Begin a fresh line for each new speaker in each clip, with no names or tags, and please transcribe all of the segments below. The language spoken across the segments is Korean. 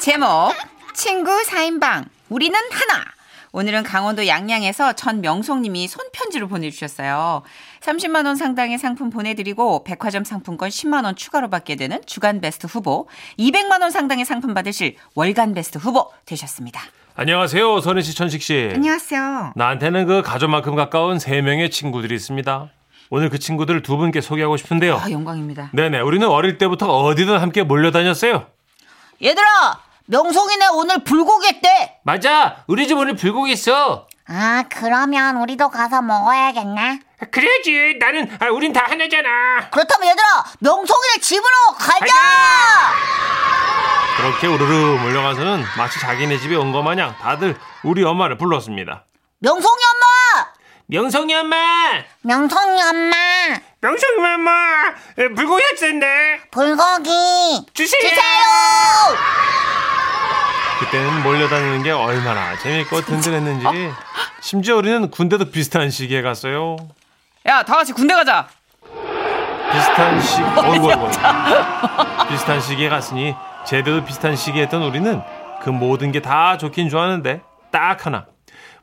제목 친구 사인방 우리는 하나 오늘은 강원도 양양에서 전명송님이 손편지로 보내주셨어요. 30만 원 상당의 상품 보내드리고 백화점 상품권 10만 원 추가로 받게 되는 주간 베스트 후보, 200만 원 상당의 상품 받으실 월간 베스트 후보 되셨습니다.
안녕하세요, 선혜 씨, 천식 씨.
안녕하세요.
나한테는 그 가족만큼 가까운 세 명의 친구들이 있습니다. 오늘 그 친구들을 두 분께 소개하고 싶은데요.
아 영광입니다.
네네, 우리는 어릴 때부터 어디든 함께 몰려다녔어요.
얘들아 명송이네 오늘 불고기 했대.
맞아, 우리 집 오늘 불고기 있어.
아, 그러면 우리도 가서 먹어야겠네.
그래야지, 나는 아, 우린 다 하나잖아.
그렇다면 얘들아, 명성이네 집으로 가자!
그렇게 우르르 몰려가서는 마치 자기네 집에 온 것 마냥 다들 우리 엄마를 불렀습니다.
명성이 엄마!
명성이 엄마,
명성이 엄마!
명성이 엄마, 어, 불고기 했는데
불고기!
주세요.
주세요!
그때는 몰려다니는 게 얼마나 재밌고 든든했는지
아?
심지어 우리는 군대도 비슷한 시기에 갔어요
야 다 같이 군대 가자.
비슷한 시기 어이구 어이구 어이구. 비슷한 시기에 갔으니 제대도 비슷한 시기에 했던 우리는 그 모든 게 다 좋긴 좋았는데 딱 하나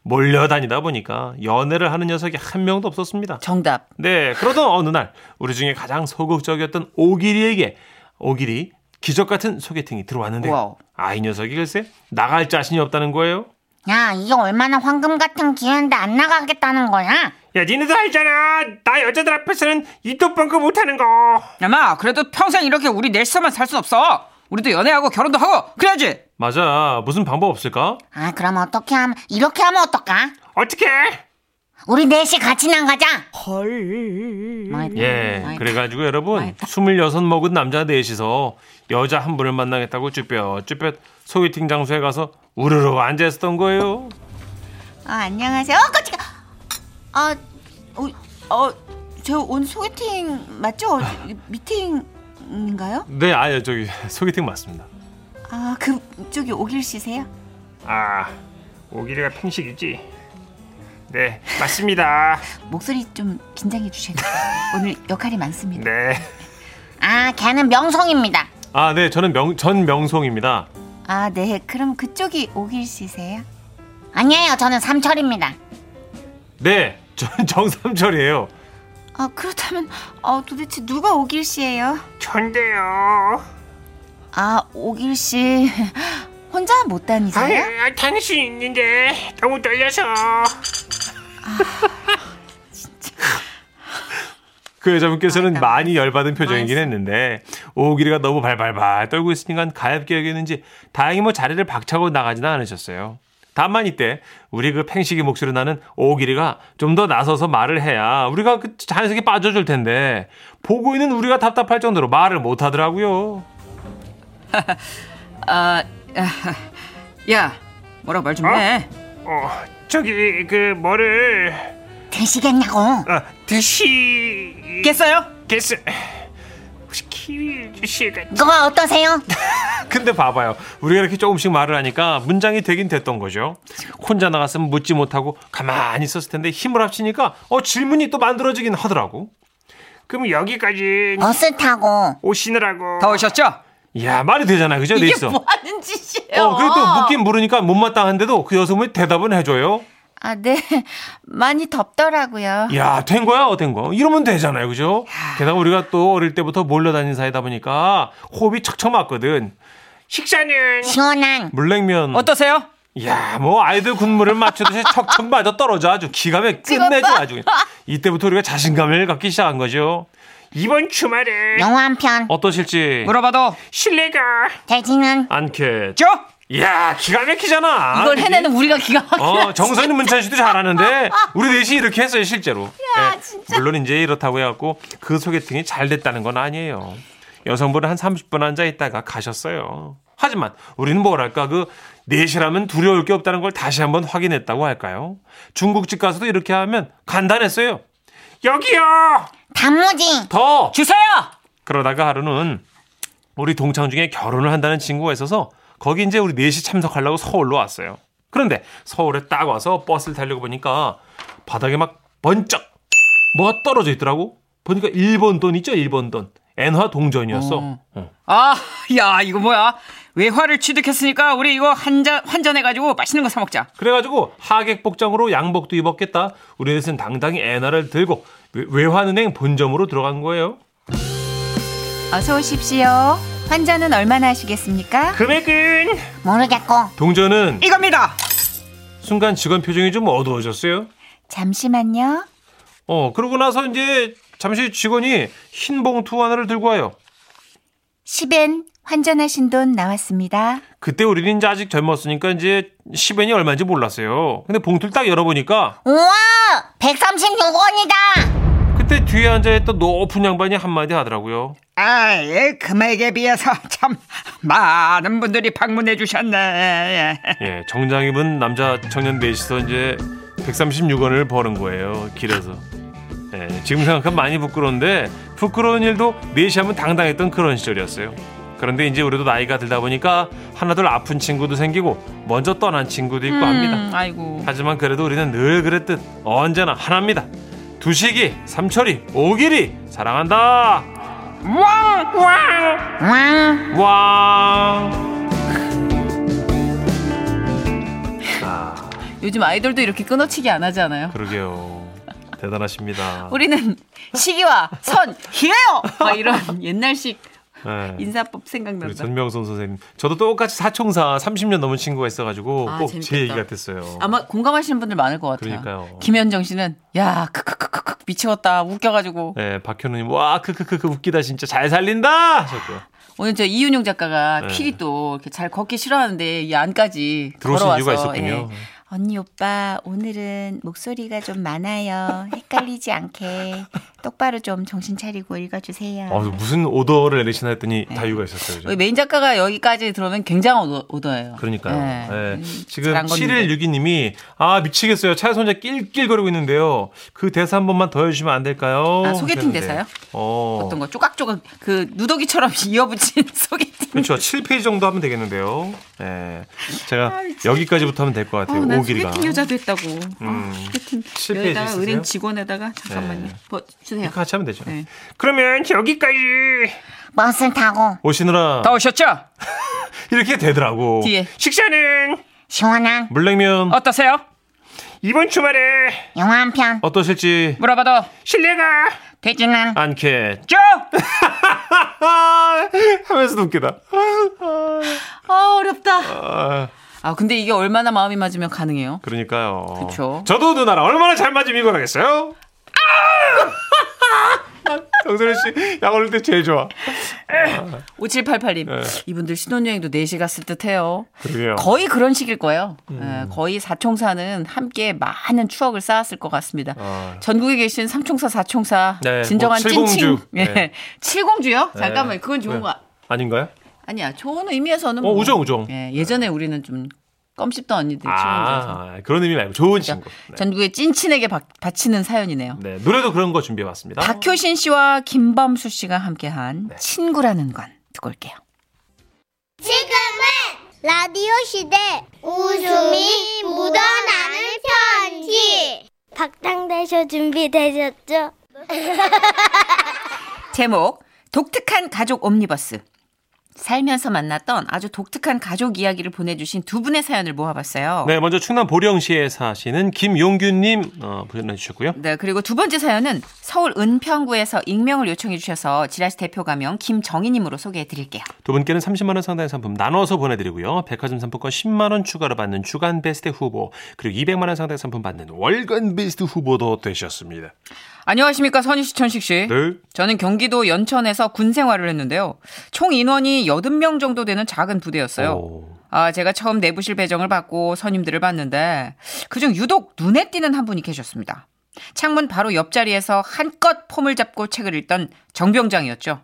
몰려다니다 보니까 연애를 하는 녀석이 한 명도 없었습니다
정답.
네 그러던 어느 날 우리 중에 가장 소극적이었던 오길이에게 오길이 기적 같은 소개팅이 들어왔는데
와우.
아이 녀석이 글쎄 나갈 자신이 없다는 거예요
야, 이게 얼마나 황금 같은 기회인데 안 나가겠다는 거야?
야, 니네도 알잖아. 나 여자들 앞에서는 이톱방크 못하는 거.
야마 그래도 평생 이렇게 우리 넷이서만 살 순 없어. 우리도 연애하고 결혼도 하고 그래야지.
맞아. 무슨 방법 없을까?
아, 그럼 어떻게 하면, 이렇게 하면 어떨까?
어떻게?
우리 넷이 같이 나가자!
예. 그래가지고 여러분, 26 먹은 남자 넷이서 여자 한 분을 만나겠다고 쭈뼛쭈뼛 소개팅 장소에 가서 우르르 앉아있었던 거예요.
아, 안녕하세요. 어, 깜짝이야!
아, 어, 어, 저 오늘 소개팅 맞죠? 어, 미팅인가요?
네, 아예 저기 소개팅 맞습니다.
아, 그쪽이 오길 씨세요?
아, 오기리가 팽식이지. 네, 맞습니다.
목소리 좀 긴장해 주세요. 오늘 역할이 많습니다.
네.
아, 걔는 명성입니다.
아, 네, 저는 명, 전 명송입니다.
아, 네. 그럼 그쪽이 오길 씨세요?
아니에요, 저는 삼철입니다.
네, 저는 정삼철이에요.
아, 그렇다면 아, 도대체 누가 오길 씨예요?
전데요.
아, 오길 씨 혼자 못 다니세요?
다닐 수 있는데 아, 너무 떨려서. 그 여자분께서는 많이 열받은 표정이긴 했는데 오기리가 너무 발발발 떨고 있으니까 가엾게 여기는지 다행히 뭐 자리를 박차고 나가지는 않으셨어요. 다만 이때 우리 그 팽식이 목소리 나는 오기리가 좀 더 나서서 말을 해야 우리가 그 자연스럽게 빠져줄 텐데 보고 있는 우리가 답답할 정도로 말을 못하더라고요.
아, 야, 뭐라 말 좀 해.
어, 저기 그 뭐를
드시겠냐고!
아, 드시
깼어요?
겠어 혹시 키위 주시가
이거 뭐 어떠세요?
근데 봐봐요 우리가 이렇게 조금씩 말을 하니까 문장이 되긴 됐던 거죠 혼자 나갔으면 묻지 못하고 가만히 있었을 텐데 힘을 합치니까 어 질문이 또 만들어지긴 하더라고 그럼 여기까지
버스 타고
오시느라고
다 오셨죠?
야 말이 되잖아 그죠 돼
이게
있어
뭐 하는 짓이에요?
어 그리고 또 묻긴 물으니까 못마땅한데도 그 여성분이 대답은 해줘요
아, 네. 많이 덥더라고요.
야, 된 거야, 어된 거. 이러면 되잖아요, 그죠? 게다가 우리가 또 어릴 때부터 몰려다닌 사이다 보니까 호흡이 척척 맞거든. 식사는
시원한
물냉면.
어떠세요?
야, 뭐 아이들 군무를 맞추듯이 척척 맞아 떨어져 아주 기가 막 끝내줘 아주. 그냥. 이때부터 우리가 자신감을 갖기 시작한 거죠. 이번 주말에
영화 한 편.
어떠실지
물어봐도
실례가
돼지는
않게.
죠?
야, 기가 막히잖아.
이걸
이게.
해내는 우리가 기가 막히네.
어, 정선이 문찬 씨도 잘하는데 우리 넷이 이렇게 했어요 실제로. 예, 물론 이제 이렇다고 해갖고 그 소개팅이 잘 됐다는 건 아니에요. 여성분은 한 30분 앉아 있다가 가셨어요. 하지만 우리는 뭐랄까 그 넷이라면 두려울 게 없다는 걸 다시 한번 확인했다고 할까요? 중국집 가서도 이렇게 하면 간단했어요. 여기요.
단무지.
더
주세요.
그러다가 하루는 우리 동창 중에 결혼을 한다는 친구가 있어서 거기 이제 우리 넷이 참석하려고 서울로 왔어요. 그런데 서울에 딱 와서 버스를 타려고 보니까 바닥에 막 번쩍 뭐가 떨어져 있더라고. 보니까 일본 돈 있죠? 일본 돈. 엔화 동전이었어. 어.
아, 야, 이거 뭐야? 외화를 취득했으니까 우리 이거 한잔 환전해가지고 맛있는 거 사 먹자.
그래가지고 하객 복장으로 양복도 입었겠다. 우리 넷은 당당히 애나를 들고 외- 외환은행 본점으로 들어간 거예요.
어서 오십시오. 환전은 얼마나 하시겠습니까?
금액은
모르겠고
동전은
이겁니다.
순간 직원 표정이 좀 어두워졌어요.
잠시만요.
어 그러고 나서 이제 잠시 직원이 흰 봉투 하나를 들고 와요.
10엔 환전하신 돈 나왔습니다.
그때 우리는 이제 아직 젊었으니까 이제 10엔이 얼마인지 몰랐어요. 근데 봉투를 딱 열어보니까
우와 136원이다
그때 뒤에 앉아있던 높은 양반이 한마디 하더라고요.
아, 예, 금액에 비해서 참 많은 분들이 방문해 주셨네.
예, 정장 입은 남자 청년 넷이서 이제 136원을 버는 거예요. 길에서. 예, 지금 생각하면 많이 부끄러운데 부끄러운 일도 넷이 하면 당당했던 그런 시절이었어요. 그런데 이제 우리도 나이가 들다 보니까 하나둘 아픈 친구도 생기고 먼저 떠난 친구도 있고 합니다.
음, 아이고.
하지만 그래도 우리는 늘 그랬듯 언제나 하나입니다. 두식이, 삼철이, 오길이 사랑한다.
왕
왕.
요즘 아이돌도 이렇게 끊어치기 안 하잖아요.
그러게요. 대단하십니다.
우리는 시기와 선, 기회요! 막 이런 옛날식
예.
인사법
우리
생각난다.
전명선 선생님. 저도 똑같이 사총사 30년 넘은 친구가 있어가지고
아,
꼭 제
재밌겠다.
얘기 같았어요.
아마 공감하시는 분들 많을 것 같아요.
그러니까요.
김현정 씨는 야 크크크크크 미치겠다 웃겨가지고
네, 박현우님 와 크크크크 웃기다 진짜 잘 살린다 하셨고요.
오늘 저 이윤용 작가가
네.
필이 또 이렇게 잘 걷기 싫어하는데 이 안까지
들어오신
걸어와서
이유가 있었군요.
예. 언니 오빠 오늘은 목소리가 좀 많아요. 헷갈리지 않게 똑바로 좀 정신 차리고 읽어주세요.
아, 무슨 오더를 내리시나 했더니 다 이유가 있었어요. 그죠?
예. 우리 메인 작가가 여기까지 들어오면 굉장한 오더, 오더예요.
그러니까요.
예.
예.
음,
지금
잘안 걷는데.
7162님이 아 미치겠어요. 차에서 혼자 낄낄거리고 있는데요. 그 대사 한 번만 더 해주시면 안 될까요?
아, 소개팅
하셨는데.
대사요?
어.
어떤 거 조각조각 그 누더기처럼 이어붙인 소개팅.
그렇죠. 7페이지 정도 하면 되겠는데요. 예. 제가 여기까지부터 하면 될 것
아우,
같아요.
아, 어, 난
오길이가.
소개팅 여자도 했다고. 아, 소개팅
실패
여기다가
있으세요?
은행 직원에다가 잠깐만요.
네.
뭐 주세요.
이렇게 같이 하면 되죠.
네.
그러면 여기까지
버스 타고
오시느라
다 오셨죠?
이렇게 되더라고.
뒤에.
식사는
시원한
물냉면
어떠세요?
이번 주말에
영화 한 편
어떠실지
물어봐도
실례가
되지는
않게
죠?
하면서 웃기다.
아 어렵다.
아,
아 근데 이게 얼마나 마음이 맞으면 가능해요?
그러니까요.
그쵸.
저도 누나랑 얼마나 잘 맞으면 이걸 하겠어요? 아! 정선혜 씨, 약 올릴 때 제일 좋아.
5788님
네.
이분들 신혼여행도 4시 갔을 듯해요.
그러게요.
거의 그런 식일 거예요.
음.
예, 거의 사총사는 함께 많은 추억을 쌓았을 것 같습니다.
아.
전국에 계신 삼총사, 사총사
네,
진정한
뭐
찐친.
칠공주.
예.
네.
칠공주요?
네.
잠깐만 그건 좋은
네.
거
아닌가요?
아니야. 좋은 의미에서는
어, 우정, 우정.
예, 예전에 우리는 좀 껌씹던 언니들 칠공주에서 그러니까
아, 그런 의미 말고 좋은 친구. 네.
전국의 찐친에게 바, 바치는 사연이네요.
네, 노래도 그런 거 준비해봤습니다.
박효신 씨와 김범수 씨가 함께한
네.
친구라는 건 듣고 올게요.
지금은 라디오 시대 웃음이 묻어나는 편지 박장대쇼 준비되셨죠?
제목 독특한 가족 옴니버스 살면서 만났던 아주 독특한 가족 이야기를 보내주신 두 분의 사연을 모아봤어요.
네, 먼저 충남 보령시에 사시는 김용균님 어, 보내주셨고요.
네, 그리고 두 번째 사연은 서울 은평구에서 익명을 요청해 주셔서 지라시 대표 가명 김정희님으로 소개해 드릴게요.
두 분께는 30만 원 상당의 상품 나눠서 보내드리고요. 백화점 상품권 10만 원 추가로 받는 주간 베스트 후보 그리고 200만 원 상당의 상품 받는 월간 베스트 후보도 되셨습니다.
안녕하십니까 선희 씨, 천식 씨.
네.
저는 경기도 연천에서 군 생활을 했는데요. 총 인원이 80명 정도 되는 작은 부대였어요.
오.
아, 제가 처음 내부실 배정을 받고 선임들을 봤는데 그중 유독 눈에 띄는 한 분이 계셨습니다. 창문 바로 옆자리에서 한껏 폼을 잡고 책을 읽던 정병장이었죠.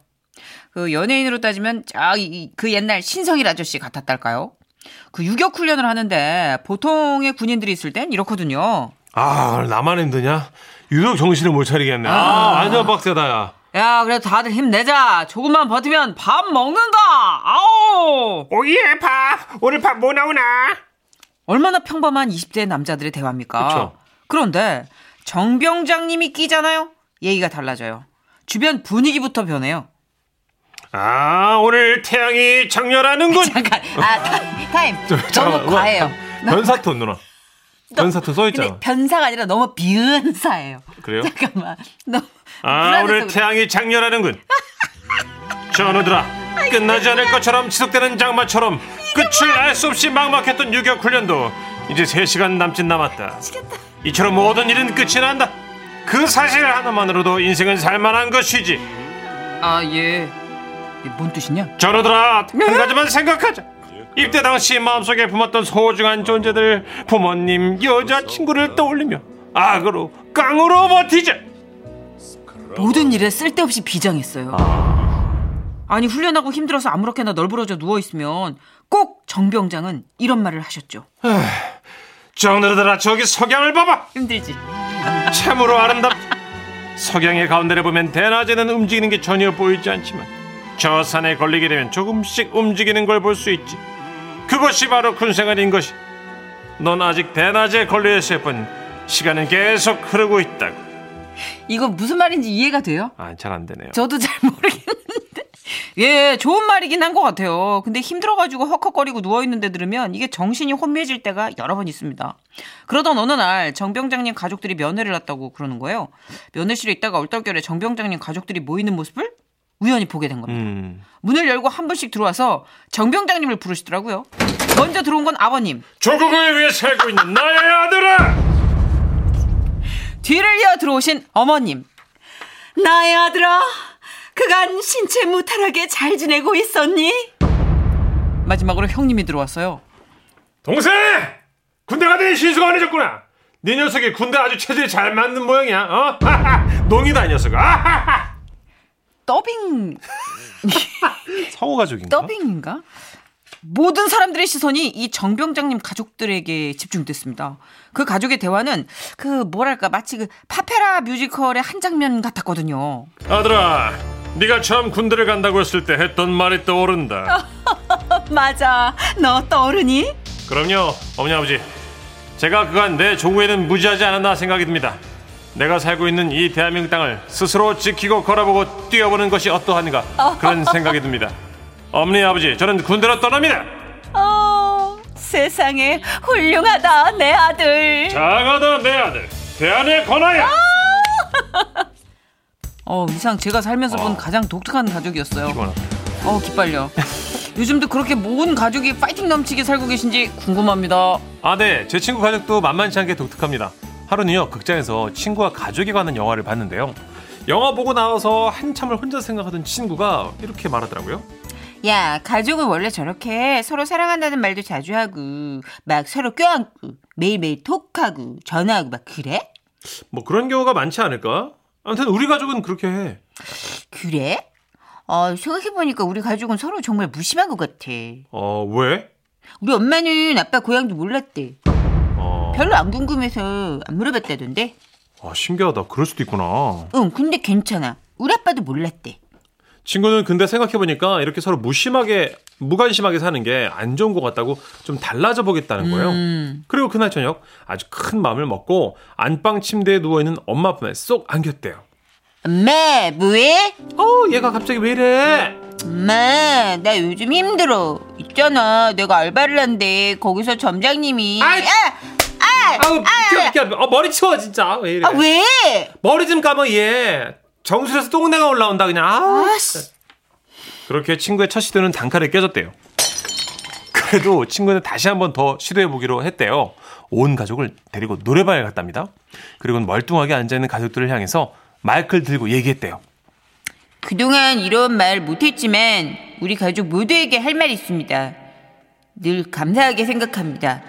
그 연예인으로 따지면 아, 이- 그 옛날 신성일 아저씨 같았달까요? 그 유격 훈련을 하는데 보통의 군인들이 있을 땐 이렇거든요.
아, 나만 힘드냐? 유독 정신을 못 차리겠네. 아, 완전 빡세다. 야.
야, 그래도 다들 힘내자. 조금만 버티면 밥 먹는다. 아오!
오예 밥 오늘 밥 뭐 나오나
얼마나 평범한 20대 남자들의 대화입니까?
그쵸.
그런데 정병장님이 끼잖아요. 얘기가 달라져요. 주변 분위기부터 변해요.
아 오늘 태양이 장렬하는군.
잠깐, 아 타- 타임
잠깐만, 뭐, 아,
너무
우와,
과해요.
변사톤 누나. 변사톤 써있잖아.
근데 변사가 아니라 너무 비은사예요.
그래요?
잠깐만, 너무
아
불안해서
오늘
그래.
태양이 장렬하는군. 전우들아 끝나지 않을 것처럼 지속되는 장마처럼 끝을 알 수 없이 막막했던 유격 훈련도 이제 3시간 남짓 남았다. 이처럼 모든 일은 끝이 난다. 그 사실 하나만으로도 인생은 살만한 것이지.
아 예. 이게 뭔 뜻이냐?
전우들아 한 가지만 생각하자 입대 당시 마음속에 품었던 소중한 존재들 부모님 여자친구를 떠올리며 악으로 깡으로 버티자
모든 일에 쓸데없이 비장했어요. 아니 훈련하고 힘들어서 아무렇게나 널브러져 누워 있으면 꼭 정병장은 이런 말을 하셨죠.
전우들아 저기 석양을 봐봐
힘들지.
참으로 아름답다 석양의 가운데를 보면 대낮에는 움직이는 게 전혀 보이지 않지만 저 산에 걸리게 되면 조금씩 움직이는 걸 볼 수 있지 그것이 바로 군생활인 것이 넌 아직 대낮에 걸려 있을 뿐 시간은 계속 흐르고 있다고
이거 무슨 말인지 이해가 돼요?
아 잘 안 되네요
저도 잘 모르겠는데. 예, 좋은 말이긴 한 것 같아요. 근데 힘들어가지고 헉헉거리고 누워있는데 들으면 이게 정신이 혼미해질 때가 여러 번 있습니다. 그러던 어느 날 정병장님 가족들이 면회를 왔다고 그러는 거예요. 면회실에 있다가 얼떨결에 정병장님 가족들이 모이는 모습을 우연히 보게 된 겁니다.
음.
문을 열고 한 분씩 들어와서 정병장님을 부르시더라고요. 먼저 들어온 건 아버님.
조국을 위해 살고 있는 나의 아들아!
뒤를 이어 들어오신 어머님. 나의 아들아, 그간 신체 무탈하게 잘 지내고 있었니? 마지막으로 형님이 들어왔어요.
동생! 군대 가더니 실수가 안 해졌구나. 네 녀석이 군대 아주 체질이 잘 맞는 모양이야. 어? 농이다 이 녀석. 아하하.
더빙,
성우 가족인가?
더빙인가? 모든 사람들의 시선이 이 정병장님 가족들에게 집중됐습니다. 그 가족의 대화는 그 뭐랄까 마치 그 파페라 뮤지컬의 한 장면 같았거든요.
아들아, 네가 처음 군대를 간다고 했을 때 했던 말이 떠오른다.
맞아. 너 떠오르니?
그럼요, 어머니 아버지. 제가 그간 내 조국에는 무지하지 않았나 생각이 듭니다. 내가 살고 있는 이 대한민국 땅을 스스로 지키고 걸어보고 뛰어보는 것이 어떠한가 그런 생각이 듭니다. 어머니 아버지, 저는 군대로 떠납니다.
어, 세상에 훌륭하다 내 아들.
작아다 내 아들 대안의 권하야
어, 이상 제가 살면서 본 가장 독특한 가족이었어요. 어, 기빨려. 요즘도 그렇게 모은 가족이 파이팅 넘치게 살고 계신지 궁금합니다.
아네 제 친구 가족도 만만치 않게 독특합니다 하루는요 극장에서 친구와 가족에 관한 영화를 봤는데요 영화 보고 나와서 한참을 혼자 생각하던 친구가 이렇게 말하더라고요
야, 가족은 원래 저렇게 서로 사랑한다는 말도 자주 하고, 막 서로 껴안고, 매일매일 톡하고, 전화하고, 막 그래?
뭐 그런 경우가 많지 않을까? 아무튼 우리 가족은 그렇게 해
그래? 어, 생각해보니까 우리 가족은 서로 정말 무심한 것 같아.
어, 왜?
우리 엄마는 아빠 고향도 몰랐대.
어,
별로 안 궁금해서 안 물어봤다던데?
아, 신기하다 그럴 수도 있구나
응, 근데 괜찮아. 우리 아빠도 몰랐대.
친구는 근데 생각해보니까 이렇게 서로 무심하게 무관심하게 사는 게 안 좋은 것 같다고 좀 달라져 보겠다는 거예요
음.
그리고 그날 저녁 아주 큰 마음을 먹고 안방 침대에 누워있는 엄마 품에 쏙 안겼대요
엄마, 뭐해?
어 얘가 갑자기 왜 이래
엄마, 나 요즘 힘들어. 있잖아, 내가 알바를 한대. 거기서 점장님이.
아이,
야! 아!
아우 비켜 비켜 어, 머리 치워 진짜 왜 이래
아, 왜?
머리 좀 감아 얘 정수리에서 똥내가 올라온다 그냥 아우.
아씨.
그렇게 친구의 첫 시도는 단칼에 깨졌대요 그래도 친구는 다시 한 번 더 시도해보기로 했대요 온 가족을 데리고 노래방에 갔답니다 그리고는 멀뚱하게 앉아있는 가족들을 향해서 마이크를 들고 얘기했대요
그동안 이런 말 못했지만, 우리 가족 모두에게 할 말이 있습니다. 늘 감사하게 생각합니다.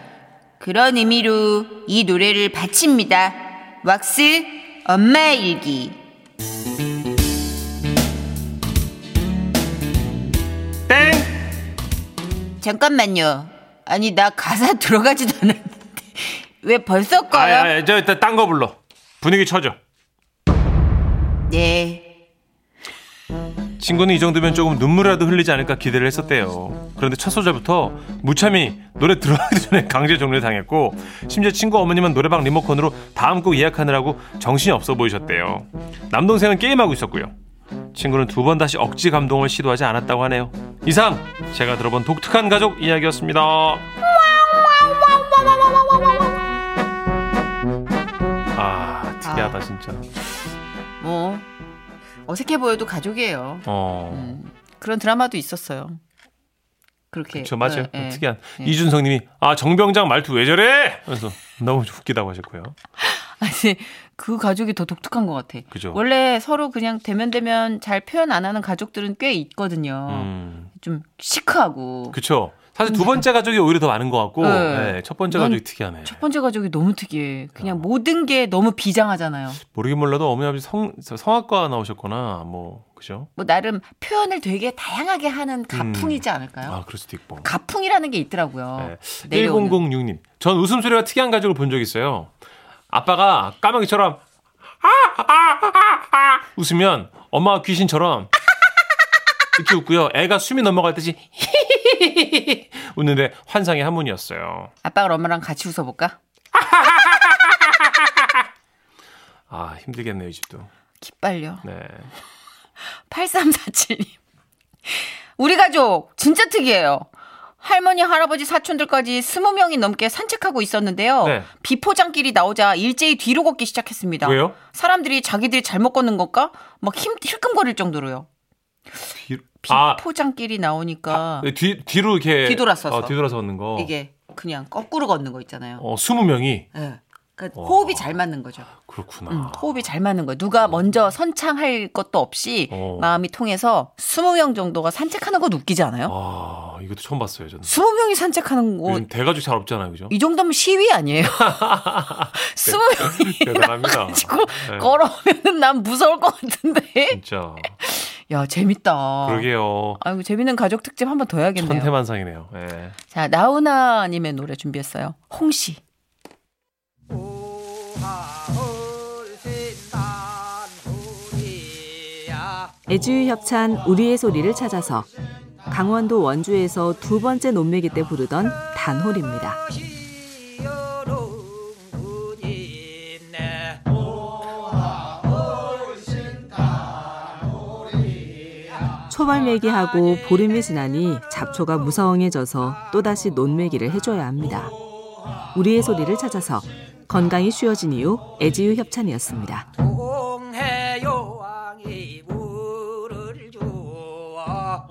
그런 의미로 이 노래를 바칩니다. 왁스, 엄마 일기.
땡
잠깐만요. 아니, 나 가사 들어가지도 않았는데. 왜 벌써 꺼요?
아야 저 일단 딴 거 불러 분위기 쳐줘
네.
친구는 이 정도면 조금 눈물이라도 흘리지 않을까 기대를 했었대요. 그런데 첫 소절부터 무참히 노래 들어가기 전에 강제 종료를 당했고 심지어 친구 어머님은 노래방 리모컨으로 다음 곡 예약하느라고 정신이 없어 보이셨대요. 남동생은 게임하고 있었고요. 친구는 두 번 다시 억지 감동을 시도하지 않았다고 하네요. 이상 제가 들어본 독특한 가족 이야기였습니다. 아 특이하다 진짜.
뭐 어색해 보여도 가족이에요.
어.
음, 그런 드라마도 있었어요. 그렇게.
저 맞아요.
예, 예.
특이한 이준성님이 아 정병장 말투 왜 저래? 그래서 너무 웃기다고 하셨고요.
네.
아니 그 가족이 더 독특한 것 같아.
그죠.
원래 서로 그냥 대면 대면 잘 표현 안 하는 가족들은 꽤 있거든요.
음,
좀 시크하고
그쵸. 사실 두 번째 가족이 오히려 더 많은 것 같고
음. 네.
네, 첫 번째
난
가족이 특이하네.
첫 번째 가족이 너무 특이해.
아.
그냥 모든 게 너무 비장하잖아요.
모르긴 몰라도 어머니 아버지 성 성악과 나오셨거나 뭐 그죠?
뭐 나름 표현을 되게 다양하게 하는 가풍이지 어, 않을까요?
음. 아 그럴 수도 있고.
가풍이라는 게 있더라고요.
네. 1006님. 전 웃음소리가 특이한 가족을 본 적 있어요. 아빠가 아, 까마귀처럼 아, 웃으면 엄마가 귀신처럼 이렇게 웃고요. 애가 숨이 넘어갈 듯이 웃는데 환상의 한문이었어요.
아빠가 엄마랑 같이 웃어볼까?
아 힘들겠네요 이 집도.
기빨려.
네.
8347님. 우리 가족 진짜 특이해요. 할머니, 할아버지, 사촌들까지 스무 명이 넘게 산책하고 있었는데요.
네.
비포장길이 나오자 일제히 뒤로 걷기 시작했습니다.
왜요?
사람들이 자기들이 잘못 걷는 건가? 막 힘, 힐끔거릴 정도로요.
아
비포장길이 나오니까
네, 뒤, 뒤로 이렇게
뒤돌아서서.
어, 뒤돌아서 걷는 거.
이게 그냥 거꾸로 걷는 거 있잖아요.
어 20명이
예. 그러니까
와.
호흡이 잘 맞는 거죠.
그렇구나.
음, 호흡이 잘 맞는 거예요. 누가 먼저 선창할 것도 없이
어.
마음이 통해서 스무 명 정도가 산책하는 건 웃기지 않아요?
아 이것도 처음 봤어요 저는.
스무 뭐- 명이 산책하는 거
요즘 대가족 잘 없잖아요, 그죠?
이 정도면 시위 아니에요? 스무
네.
명이
대단합니다.
예, 나가지고
네.
걸어오면은 난 무서울 것 같은데.
진짜.
야 재밌다.
그러게요.
아이고 재밌는 가족 특집 한 번 더 해야겠네요.
천태만상이네요. 예.
자 나훈아님의 노래 준비했어요. 홍시.
애주의 협찬 우리의 소리를 찾아서 강원도 원주에서 두 번째 논매기 때 부르던 단홀입니다. 초발매기하고 보름이 지나니 잡초가 무성해져서 또다시 논매기를 해줘야 합니다. 우리의 소리를 찾아서 건강이 쉬워진 이후 애지유 협찬이었습니다.
동해요왕이 물을 주어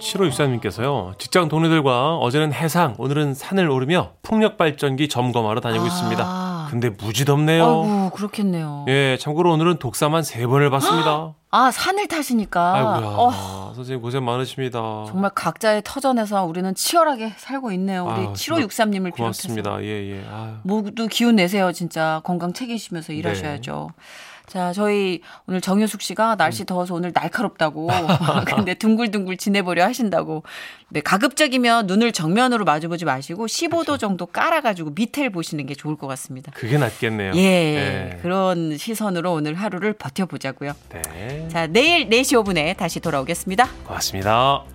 7호 육사님께서요. 직장 동료들과 어제는 해상, 오늘은 산을 오르며 풍력 발전기 점검하러 다니고
아.
있습니다. 근데 무지 덥네요.
아이고 그렇겠네요.
예, 참고로 오늘은 독사만 세 번을 봤습니다.
아 산을 타시니까.
아이고야.
어,
선생님 고생 많으십니다.
정말 각자의 터전에서 우리는 치열하게 살고 있네요. 우리
아유, 뭐,
7563님을 비롯해서.
고맙습니다. 예, 예. 아유.
모두 기운 내세요, 진짜. 건강 챙기시면서
네.
일하셔야죠. 자, 저희 오늘 정효숙 씨가 날씨
음.
더워서 오늘 날카롭다고. 근데 둥글둥글 지내보려 하신다고. 네, 가급적이면 눈을 정면으로 마주보지 마시고
그렇죠.
15도 정도 깔아가지고 밑을 보시는 게 좋을 것 같습니다.
그게 낫겠네요.
예,
예.
그런 시선으로 오늘 하루를 버텨보자고요.
네.
자, 내일 4시 5분에 다시 돌아오겠습니다.
고맙습니다.